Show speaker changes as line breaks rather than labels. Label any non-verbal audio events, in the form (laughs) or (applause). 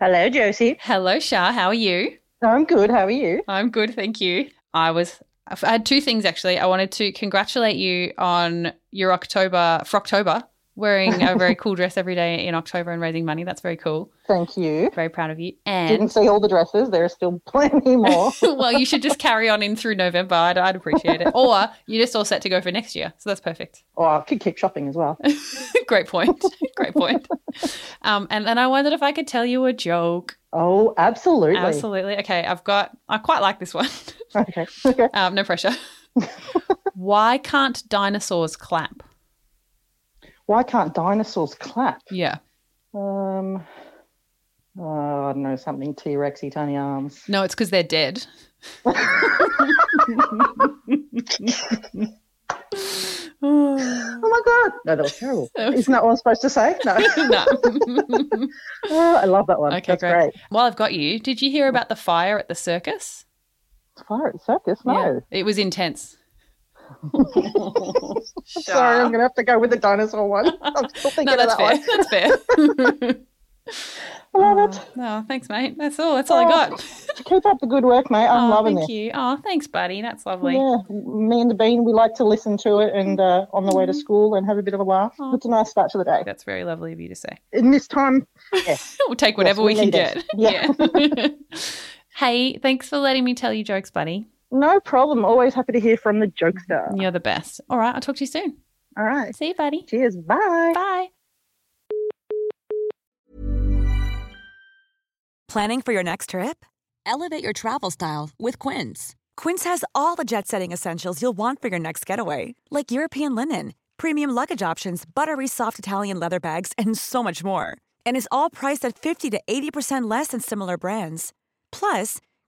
Hello, Josie.
Hello, Shah. How are you?
I'm good. How are you?
I'm good, thank you. I was. I had two things actually. I wanted to congratulate you on your October Frocktober, wearing a very cool dress every day in October and raising money. That's very cool.
Thank you.
Very proud of you.
Didn't
And
see all the dresses. There are still (laughs) plenty
(laughs)
more.
well, you should just carry on in through November. I'd, I'd appreciate it. Or you're just all set to go for next year, so that's perfect. (laughs)
oh, I could keep shopping as well.
Great point. (laughs) Great point. Um, and then I wondered if I could tell you a joke.
Oh, absolutely.
Absolutely. Okay, I've got. I quite like this one.
Okay. Okay.
Um, no pressure. (laughs) Why can't dinosaurs clap?
Why can't dinosaurs clap?
Yeah.
Um, oh, I don't know, something T Rexy, tiny arms.
No, it's because they're dead. (laughs)
Oh my God. No, that was terrible.
(laughs)
Isn't that what I'm supposed to say? No.
No.
Oh, I love that one.
Okay,
That's
great.
great.
While I've got you, did you hear about the fire at the circus?
Fire at the circus? No.
Yeah, it was intense.
(laughs) Sorry, I'm going to have to go with the dinosaur
(laughs)
one. I'm still thinking
no, that's
of that
fair.
(laughs)
That's fair.
one. I love it.
no, thanks, mate. That's all. That's all I got.
Keep up the good work, mate. I'm
oh,
loving
thank
this.
you. Oh, thanks, buddy. That's lovely.
Yeah, me and the bean, we like to listen to it and uh, on the way to school and have a bit of a laugh.
Mm-hmm. Oh.
It's a nice start to the day.
That's very lovely of you to say.
In this time,
(laughs) We'll take whatever
we
we, can
need
get.
it. Yeah.
Yeah. (laughs) hey, thanks for letting me tell you jokes, buddy.
no problem. Always happy to hear from the jokester.
You're the best. All right, I'll talk to you soon.
All right.
See you, buddy.
Cheers. Bye.
Bye.
Planning for your next trip? Elevate your travel style with Quince. Quince has all the jet setting essentials you'll want for your next getaway, like European linen, premium luggage options, buttery soft Italian leather bags, and so much more. And is all priced at 50 to 80% less than similar brands. Plus,